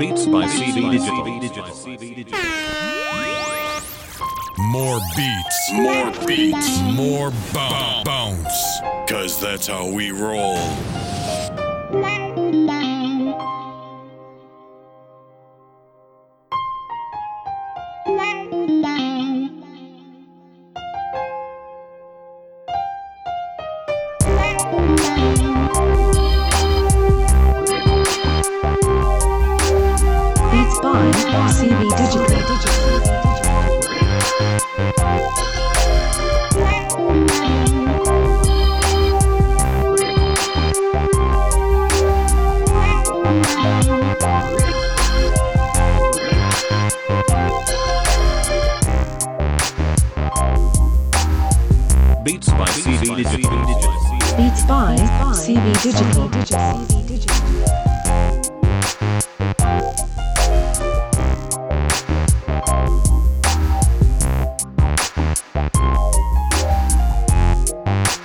Beats by CB Digital. More beats. More beats. More bo- bounce. Cause that's how we roll. Beats by CB Digital. Beats by CB Digital. Beats by CB Digital.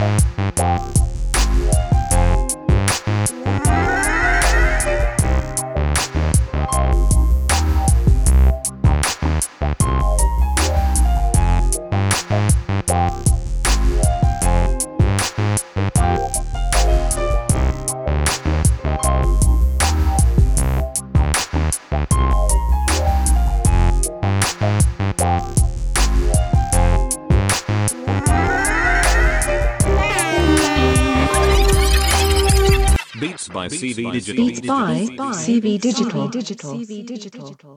Beats by CB Beats by Digital. CB Digital.